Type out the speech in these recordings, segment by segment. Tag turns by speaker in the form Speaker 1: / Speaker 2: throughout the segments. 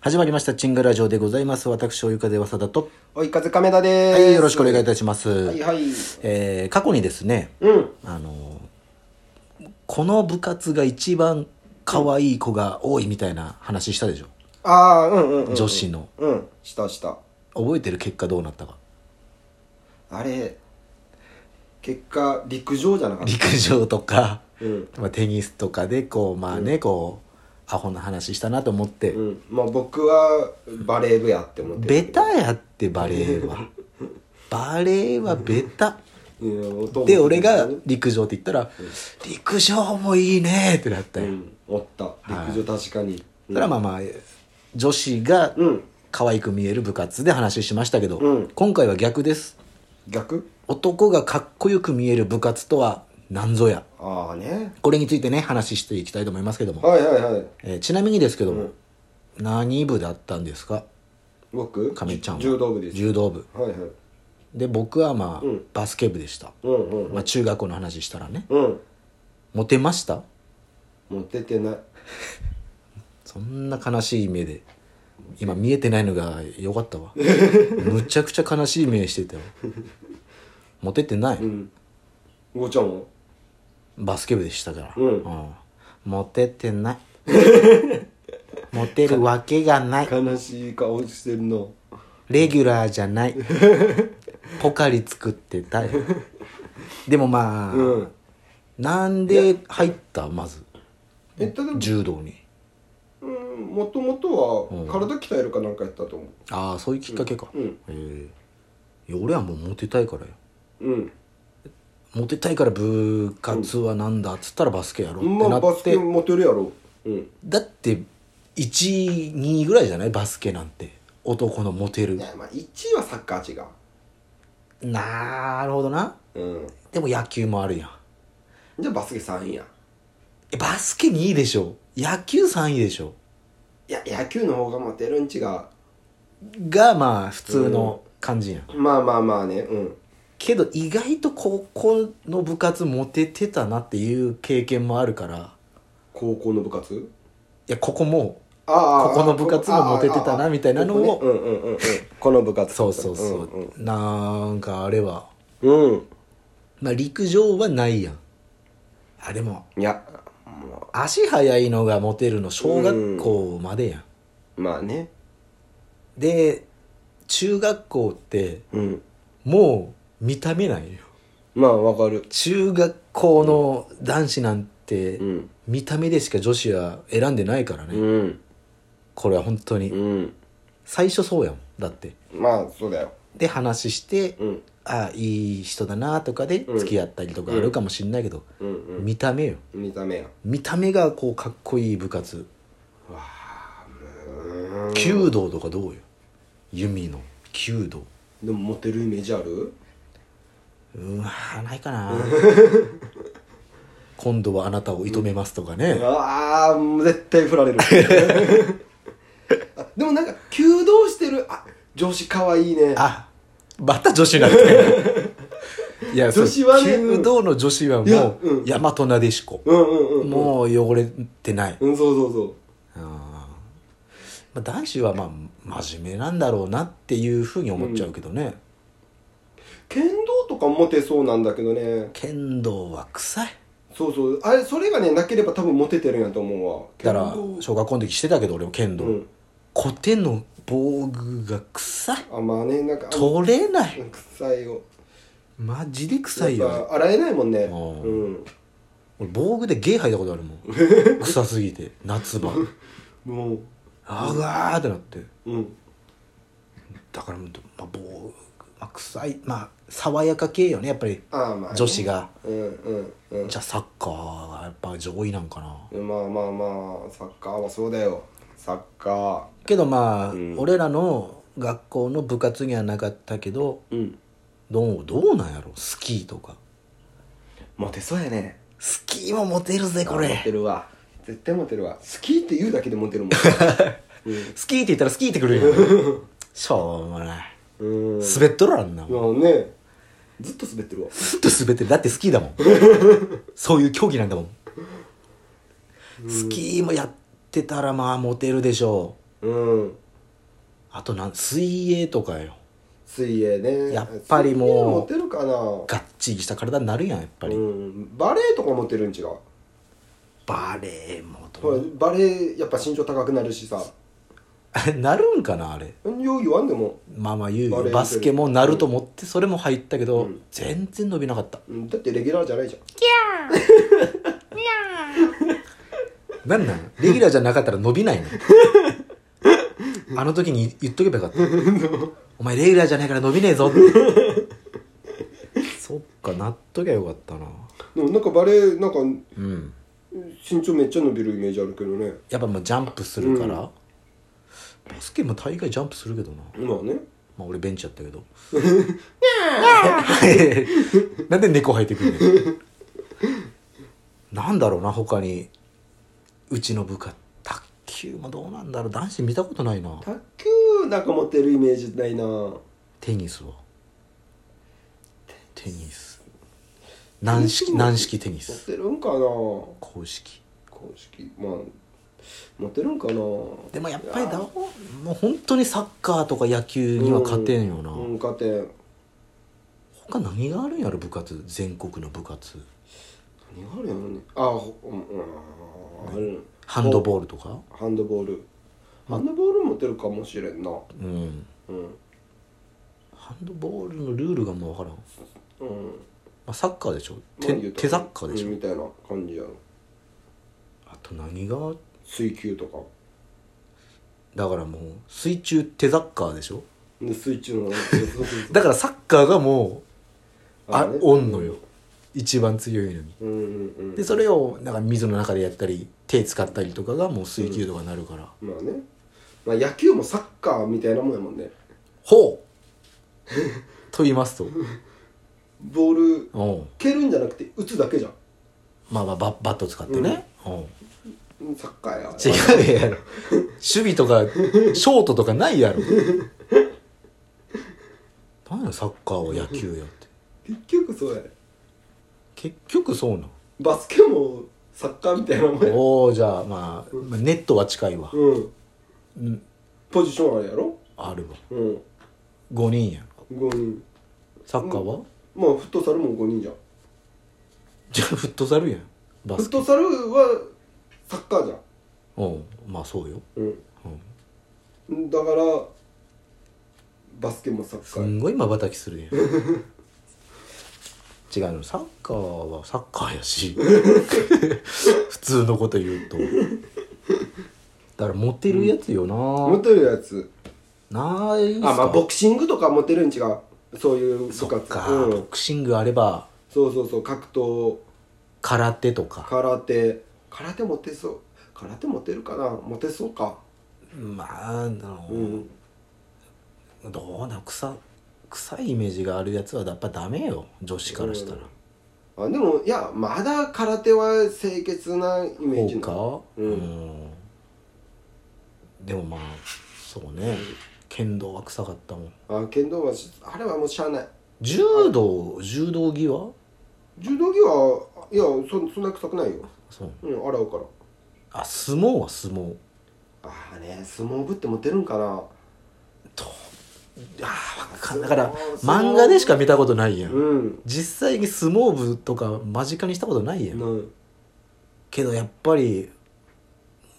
Speaker 1: 始まりました、チンガラジオでございます。私、おゆかでわさだと。
Speaker 2: おい、風亀田で
Speaker 1: は
Speaker 2: す。
Speaker 1: い、よろしくお願いいたします。
Speaker 2: はいはい。
Speaker 1: えー過去にですね、
Speaker 2: うん。
Speaker 1: あのーこの部活が一番可愛い子が多いみたいな話したでしょ。
Speaker 2: ああ、うんうんうん。
Speaker 1: 女子の。
Speaker 2: うん、したした。
Speaker 1: 覚えてる結果どうなったか。
Speaker 2: あれ、結果、陸上じゃなかった。
Speaker 1: 陸上とか、
Speaker 2: うん。
Speaker 1: まあ、テニスとかで、こう、まあね、こう、アホな話したなと思って、
Speaker 2: うん。まあ僕はバレー部やって思って
Speaker 1: ベ
Speaker 2: る。
Speaker 1: タやって、バレーは。バレーはベタ。
Speaker 2: ベ
Speaker 1: で俺が陸上って言ったら「陸上もいいね」ってなった
Speaker 2: う
Speaker 1: よ、
Speaker 2: ん、おった。陸上確かに。
Speaker 1: そしたらまあまあ女子が
Speaker 2: うん。
Speaker 1: 可愛く見える部活で話しましたけど、
Speaker 2: うん
Speaker 1: 今回は逆です
Speaker 2: 逆
Speaker 1: 男がかっこよく見える部活とは何ぞや
Speaker 2: ああね。
Speaker 1: これについてね話していきたいと思いますけども、
Speaker 2: はいはいはい。
Speaker 1: えーちなみにですけども、何部だったんですか
Speaker 2: 僕
Speaker 1: 亀井ちゃんは
Speaker 2: 柔道部です。
Speaker 1: 柔道部
Speaker 2: はいはい。
Speaker 1: で僕はまあ、
Speaker 2: ん
Speaker 1: バスケ部でした、
Speaker 2: うんうん。
Speaker 1: まあ、中学校の話したらね
Speaker 2: うん。
Speaker 1: モテました
Speaker 2: 持っててない。
Speaker 1: そんな悲しい目で今見えてないのがよかった わむちゃくちゃ悲しい目してたよモテてない、
Speaker 2: うん。ごちゃんは
Speaker 1: バスケ部でしたから、
Speaker 2: うん
Speaker 1: モテて ないモテるわけがない
Speaker 2: 悲しい顔してるの。
Speaker 1: レギュラーじゃないポカリ作ってたよでもまあ、
Speaker 2: うん。
Speaker 1: なんで入ったまず
Speaker 2: えっとでも
Speaker 1: 柔道に
Speaker 2: うんもともとは体鍛えるかなんかやったと思
Speaker 1: ああそういうきっかけか、
Speaker 2: ううん
Speaker 1: へえいや俺はもうモテたいからよ
Speaker 2: うん
Speaker 1: モテたいから部活はなんだっつったらバスケやろうっ
Speaker 2: ま
Speaker 1: て
Speaker 2: あ
Speaker 1: な
Speaker 2: バ
Speaker 1: っ
Speaker 2: スケ
Speaker 1: て、
Speaker 2: モテるやろうん
Speaker 1: だって12ぐらいじゃないバスケなんて男のモテる
Speaker 2: いやまあ1位はサッカー違
Speaker 1: なるほどな
Speaker 2: ううん
Speaker 1: でも野球もあるやん
Speaker 2: じゃあバスケ3位や
Speaker 1: えバスケ2位でしょ野球3位でしょ
Speaker 2: いや野球の方がモテるん違うま
Speaker 1: がまあ普通の感じやん、
Speaker 2: あまあまあねうん
Speaker 1: けど意外と高校の部活モテてたなっていう経験もあるから
Speaker 2: 高校の部活
Speaker 1: いやここも
Speaker 2: ああああ
Speaker 1: ここの部活もモテてたな
Speaker 2: ああ
Speaker 1: みたいなのを
Speaker 2: ここねうんうんうんうんこの部活
Speaker 1: そうそうそう、なんかあれは
Speaker 2: うんうん
Speaker 1: まあ陸上はないやんあでも
Speaker 2: いやも
Speaker 1: 足速いのがモテるの小学校までやん、
Speaker 2: うまあね
Speaker 1: で中学校って
Speaker 2: うん
Speaker 1: もう見た目ないよ
Speaker 2: まあわかる
Speaker 1: 中学校の男子なんて
Speaker 2: うん
Speaker 1: 見た目でしか女子は選んでないからね、
Speaker 2: うん
Speaker 1: これは本当に、
Speaker 2: うん
Speaker 1: 最初そうやもんだって
Speaker 2: まあそうだよ
Speaker 1: で話して、
Speaker 2: うん
Speaker 1: あいい人だなとかで
Speaker 2: うん
Speaker 1: 付き合ったりとかあるかもしんないけど、
Speaker 2: うんうん
Speaker 1: 見た目よ
Speaker 2: 見た目や
Speaker 1: 見た目がこうかっこいい部活
Speaker 2: うん
Speaker 1: 弓道とかどうよ弓の弓道
Speaker 2: でもモテるイメージある
Speaker 1: うわーないかな 今度はあなたを射止めますとかね、
Speaker 2: ああもう絶対振られるあでもなんか弓道してるあ女子可愛いね
Speaker 1: あまた女子なんて いや
Speaker 2: 女子はね
Speaker 1: そう弓道の女子はも
Speaker 2: いや
Speaker 1: う、
Speaker 2: うん
Speaker 1: 大和なでしこ、
Speaker 2: うんうんうんうん
Speaker 1: もう汚れてない、
Speaker 2: うんそうそうそう
Speaker 1: うんまあ、男子はまあ真面目なんだろうなっていうふうに思っちゃうけどね、
Speaker 2: 剣道とかモテそうなんだけどね
Speaker 1: 剣道は臭い
Speaker 2: そうそうあれそれがねなければ多分モテてるんやと思うわ
Speaker 1: だ
Speaker 2: 剣
Speaker 1: から
Speaker 2: 道
Speaker 1: 小学校の時してたけど俺も剣道、
Speaker 2: うん
Speaker 1: コテの防具が臭い
Speaker 2: あまあねなんか
Speaker 1: 取れない
Speaker 2: 臭いよ
Speaker 1: マジで臭いよ
Speaker 2: やっ
Speaker 1: ね
Speaker 2: ぱ洗えないもんね
Speaker 1: あー
Speaker 2: うん
Speaker 1: 俺防具でゲー吐いたことあるも ん臭すぎて夏場
Speaker 2: もう
Speaker 1: あーうわーってなって
Speaker 2: うん
Speaker 1: だからもう、まあ、防具、まあ、臭いまあ爽やか系よねやっぱり
Speaker 2: ああまあね
Speaker 1: 女子が
Speaker 2: うんうんうん
Speaker 1: じゃあサッカーがやっぱ上位なんかな
Speaker 2: まあまあまあサッカーはそうだよサッカ
Speaker 1: けどまあ、
Speaker 2: うん
Speaker 1: 俺らの学校の部活にはなかったけど
Speaker 2: ーうん
Speaker 1: どうどうなんやろスキーとか
Speaker 2: モテそうやね
Speaker 1: スキーもモテるぜこ
Speaker 2: モテ
Speaker 1: れ
Speaker 2: るわ絶対モテるわ好きって言うだけでモテ るもん
Speaker 1: スキーって言ったらスキーってくるよ しょうもない
Speaker 2: うん
Speaker 1: 滑っとるわあんなもん
Speaker 2: まあねずっと滑ってるわ
Speaker 1: ずっと滑ってるだってスキーだ もんそういう競技なんだもんスキーもやってたらまあモテるでしょう
Speaker 2: うん
Speaker 1: あとなん水泳とかよ
Speaker 2: 水泳ね
Speaker 1: やっぱりもう
Speaker 2: 水泳モテるかなやっ
Speaker 1: がっちりした体になるやんやっぱり、
Speaker 2: うん、バレエとかモテるん違う
Speaker 1: バレエもど
Speaker 2: ほら
Speaker 1: う
Speaker 2: バレエやっぱ身長高くなるしさ
Speaker 1: なるんか なあれ
Speaker 2: よう言わんでも、
Speaker 1: まあまあ言う
Speaker 2: バレ
Speaker 1: よ
Speaker 2: エ
Speaker 1: バスケもなると思ってそれも入ったけど、
Speaker 2: うん
Speaker 1: 全然伸びなかった
Speaker 2: うん、だってレギュラーじゃないじゃん
Speaker 1: なんなんレギュラーじゃなかったら伸び ないのあの時に言っとけばよ かったお前レギュラーじゃないから伸びねえ ぞってそっかなっときゃよかったな
Speaker 2: でもなんかバレエなんか
Speaker 1: うん
Speaker 2: 身長めっちゃ伸びるイメージあるけどね
Speaker 1: やっぱまあジャンプするから、
Speaker 2: うん
Speaker 1: バスケも大概ジャンプするけどな
Speaker 2: まあね
Speaker 1: まあ俺ベンチやった けどなんで猫入ってくるのなんだろうな他にうちの部下卓球もどうなんだろう男子見たことないな
Speaker 2: 卓球なんか持ってるイメージないな
Speaker 1: テニスはテニス軟式軟式テニ
Speaker 2: 持っ
Speaker 1: ス
Speaker 2: てるんかな公
Speaker 1: 公式
Speaker 2: 式まあ持ってるんかな
Speaker 1: でもやっぱりだもう本当にサッカーとか野球には勝てんよな、
Speaker 2: うん、うん勝てん
Speaker 1: 他何があるんやろ部活全国の部活
Speaker 2: 何があるやろねあほうんうんある
Speaker 1: ハンドボールとか
Speaker 2: ハンドボールハンドボール持ってるかもしれんな
Speaker 1: うん
Speaker 2: うん
Speaker 1: ハンドボールのルールがもう分からん、ま
Speaker 2: うん
Speaker 1: あ、サッカーでしょ
Speaker 2: ま
Speaker 1: 手
Speaker 2: あ言うた
Speaker 1: 手
Speaker 2: ら
Speaker 1: サッカーでしょ、
Speaker 2: うんみたいな感じやろ
Speaker 1: あと何が
Speaker 2: 水球とか
Speaker 1: だからもう水中手サッカーでしょ
Speaker 2: で水中 の
Speaker 1: だからサッカーがもうあ
Speaker 2: あね
Speaker 1: おんのよ一番強いのに
Speaker 2: うんうんうん
Speaker 1: でそれをなんか水の中でやったり手使ったりとかがもう水球とかになるから、
Speaker 2: まあねまあ野球もサッカーみたいなもんやもんね
Speaker 1: ほうと言いますと
Speaker 2: ボール
Speaker 1: おう
Speaker 2: 蹴るんじゃなくて打つだけじゃん
Speaker 1: まあまあババット使ってね、おう
Speaker 2: うんサッカーや
Speaker 1: 違うやろ守備とかショートとかない やろ何やサッカーは野球やって
Speaker 2: 結局そうやね
Speaker 1: 結局そうなん
Speaker 2: バスケもサッカーみたいなもんや
Speaker 1: おおじゃあ、まあ、まあネットは近いわ、
Speaker 2: うん
Speaker 1: うん、
Speaker 2: ポジションあるやろ
Speaker 1: あるわ
Speaker 2: うん
Speaker 1: 5人やん
Speaker 2: 5人
Speaker 1: サッカーは、
Speaker 2: まあフットサルも5人じゃん
Speaker 1: じゃあフットサルやんバ
Speaker 2: フ
Speaker 1: ス
Speaker 2: ッ
Speaker 1: ケ
Speaker 2: トサルはサッカーじゃん
Speaker 1: おうまあそうよ、
Speaker 2: うん
Speaker 1: うん、
Speaker 2: だからバスケもサッ
Speaker 1: す
Speaker 2: カー
Speaker 1: んごいまばたきするやん違うのサッカーはサッカーやし 普通のこと言うとだからモテるやつよな、
Speaker 2: 持てるやつ
Speaker 1: ないっす
Speaker 2: あ
Speaker 1: か
Speaker 2: まあボクシングとか持てるん違うそういう部活
Speaker 1: そっか、
Speaker 2: うん
Speaker 1: ボクシングあれば
Speaker 2: そうそうそう格闘
Speaker 1: 空手とか
Speaker 2: 空手空手持てそう空手持てるかな持てそうか
Speaker 1: まああの、
Speaker 2: うん
Speaker 1: どうな臭臭いイメージがあるやつはやっぱダメよ女子からしたら、
Speaker 2: あでもいやまだ空手は清潔なイメージ
Speaker 1: そう
Speaker 2: な
Speaker 1: か
Speaker 2: うん
Speaker 1: んでもまあそうね剣道は臭かったもん
Speaker 2: あ剣道はしあれはもうしゃあない
Speaker 1: 柔道柔道着は
Speaker 2: 柔道着はいやそそんな臭くないよ
Speaker 1: そう
Speaker 2: うん洗うから
Speaker 1: あ相撲は相撲
Speaker 2: ああね相撲部って持てるんかな
Speaker 1: とああだから
Speaker 2: 相撲
Speaker 1: 漫画でしか見たことないやん、
Speaker 2: うん
Speaker 1: 実際に相撲部とか間近にしたことないやん、
Speaker 2: ない
Speaker 1: けどやっぱり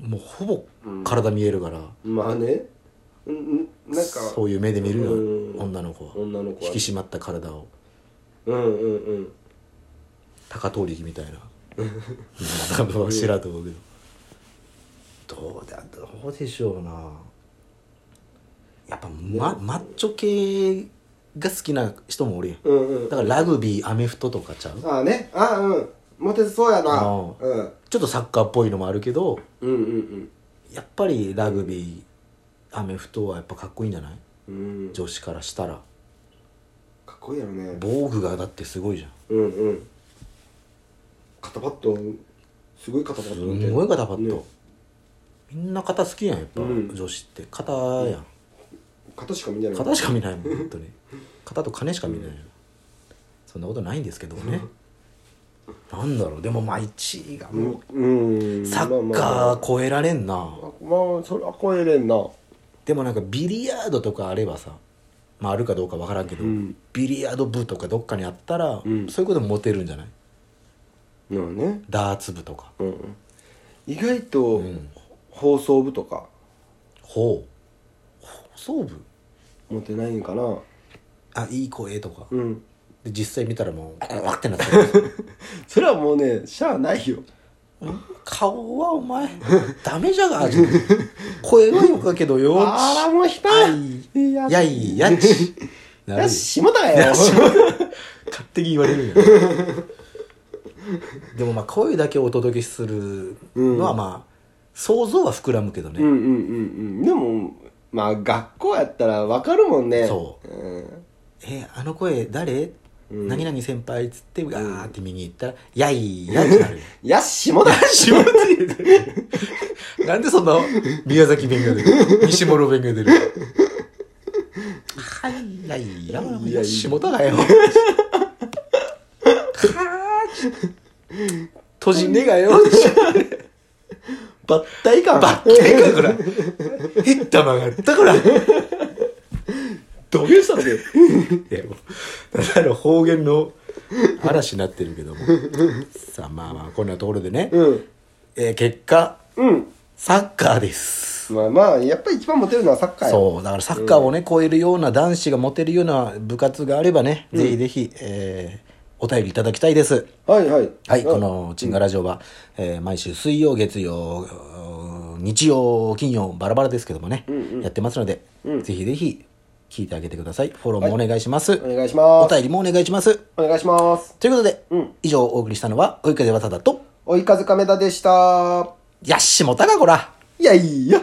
Speaker 1: もうほぼ
Speaker 2: うん
Speaker 1: 体見えるから、
Speaker 2: まあねうんうんなんか
Speaker 1: そういう目で見るよ、
Speaker 2: うん
Speaker 1: 女の子は
Speaker 2: 女の子は
Speaker 1: 引き締まった体を
Speaker 2: うんうんうん
Speaker 1: 高遠力みたい な多分知らんと思うけど、どうだどうでしょうなやっぱ、ま、マッチョ系が好きな人もおるやん
Speaker 2: うんうん
Speaker 1: だからラグビーアメフトとかちゃう
Speaker 2: ああねああうんモテそうやな
Speaker 1: うん
Speaker 2: うん
Speaker 1: ちょっとサッカーっぽいのもあるけど
Speaker 2: うんうん
Speaker 1: やっぱりラグビーアメフトはやっぱかっこいいんじゃない
Speaker 2: うんうん
Speaker 1: 女子からしたら
Speaker 2: かっこいいやろね
Speaker 1: 防具がだってすごいじゃん
Speaker 2: うんうん肩パッドすごい肩パッ
Speaker 1: す
Speaker 2: ドみ
Speaker 1: ん
Speaker 2: た
Speaker 1: ごい肩パッド、
Speaker 2: ね
Speaker 1: みんな肩好きやんやっぱ、
Speaker 2: うん
Speaker 1: 女子って肩やん
Speaker 2: 肩しか見てない
Speaker 1: 肩しか見ない もん本当に肩と金しか見ないよ、そんなことないんですけどねなんだろうでもまあ1位がも
Speaker 2: うん
Speaker 1: うサッカー超えられんな、
Speaker 2: まあまあ、まあ、それは超えれんな
Speaker 1: でもなんかビリヤードとかあればさまああるかどうかわからんけど、
Speaker 2: うん
Speaker 1: ビリヤード部とかどっかにあったら、
Speaker 2: うん
Speaker 1: そういうこともモテるんじゃない
Speaker 2: うんね、
Speaker 1: ダーツ部とか
Speaker 2: うんうん、意外と、
Speaker 1: ん
Speaker 2: 放送部とか
Speaker 1: ほう放送部
Speaker 2: 持ってないんかな
Speaker 1: あいい声とか、
Speaker 2: うん
Speaker 1: で実際見たらもうわってなってる
Speaker 2: それはもうねしゃあないよ
Speaker 1: 顔はお前ダメじゃが声はよかけどよ
Speaker 2: あらもうひた
Speaker 1: あい
Speaker 2: や
Speaker 1: やいやっちなる
Speaker 2: よ
Speaker 1: よ
Speaker 2: し下田がよ
Speaker 1: 勝手に言われるんやろでもまあ声だけお届けするのはまあ想像は膨らむけど
Speaker 2: うんう
Speaker 1: ね、
Speaker 2: んうんうんでもまあ学校やったらわかるもんね、
Speaker 1: そう
Speaker 2: うん、
Speaker 1: えあの声誰、
Speaker 2: うん
Speaker 1: 何々先輩っつってガーって右に行ったら「やいや」ってなるよ
Speaker 2: やっ下田
Speaker 1: 下手 なんでそんな宮崎弁が出る西諸弁が出るはいやいやいや下田がよはー閉じねがよ
Speaker 2: 抜体感
Speaker 1: バッケかこらヘッダマがあったこら
Speaker 2: どうしたのね
Speaker 1: いやもうただの方言の嵐になってるけどもさあまあまあこんなところでね、
Speaker 2: うん
Speaker 1: えー結果
Speaker 2: うん
Speaker 1: サッカーです
Speaker 2: まあまあやっぱり一番モテるのはサッカーや
Speaker 1: そうだからサッカーをね、超えるような男子がモテるような部活があればね、ぜひぜひ、えーお便りいただきたいです
Speaker 2: はいはい
Speaker 1: はい、
Speaker 2: あ
Speaker 1: この「チンガラジオは」えー毎週水曜月曜うー日曜金曜バラバラですけどもね、やってますので、ぜひぜひ聞いてあげてくださいフォローもお願いします、
Speaker 2: お願いしま
Speaker 1: お
Speaker 2: す
Speaker 1: 便りもお願いします
Speaker 2: お願いします
Speaker 1: ということで、
Speaker 2: うん
Speaker 1: 以上お送りしたのは「おいかではただ」と
Speaker 2: 追い風亀田でした
Speaker 1: 「やっしもたがこら」
Speaker 2: いやいや